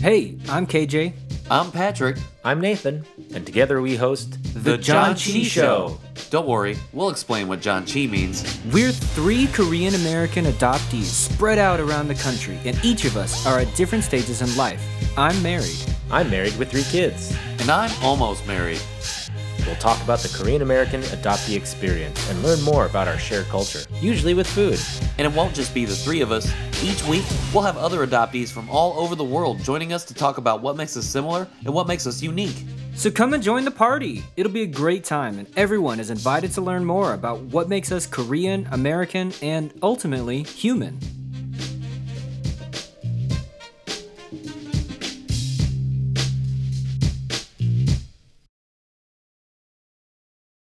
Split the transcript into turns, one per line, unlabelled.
Hey, I'm KJ.
I'm Patrick,
I'm Nathan, and together we host
The John Chi Show. Don't worry, we'll explain what John Chi means.
We're three Korean American adoptees spread out around the country, and each of us are at different stages in life. I'm married.
I'm married with three kids.
And I'm almost married.
We'll talk about the Korean American adoptee experience and learn more about our shared culture, usually with food.
And it won't just be the three of us. Each week, we'll have other adoptees from all over the world joining us to talk about what makes us similar and what makes us unique.
So come and join the party. It'll be a great time, and everyone is invited to learn more about what makes us Korean, American, and ultimately human.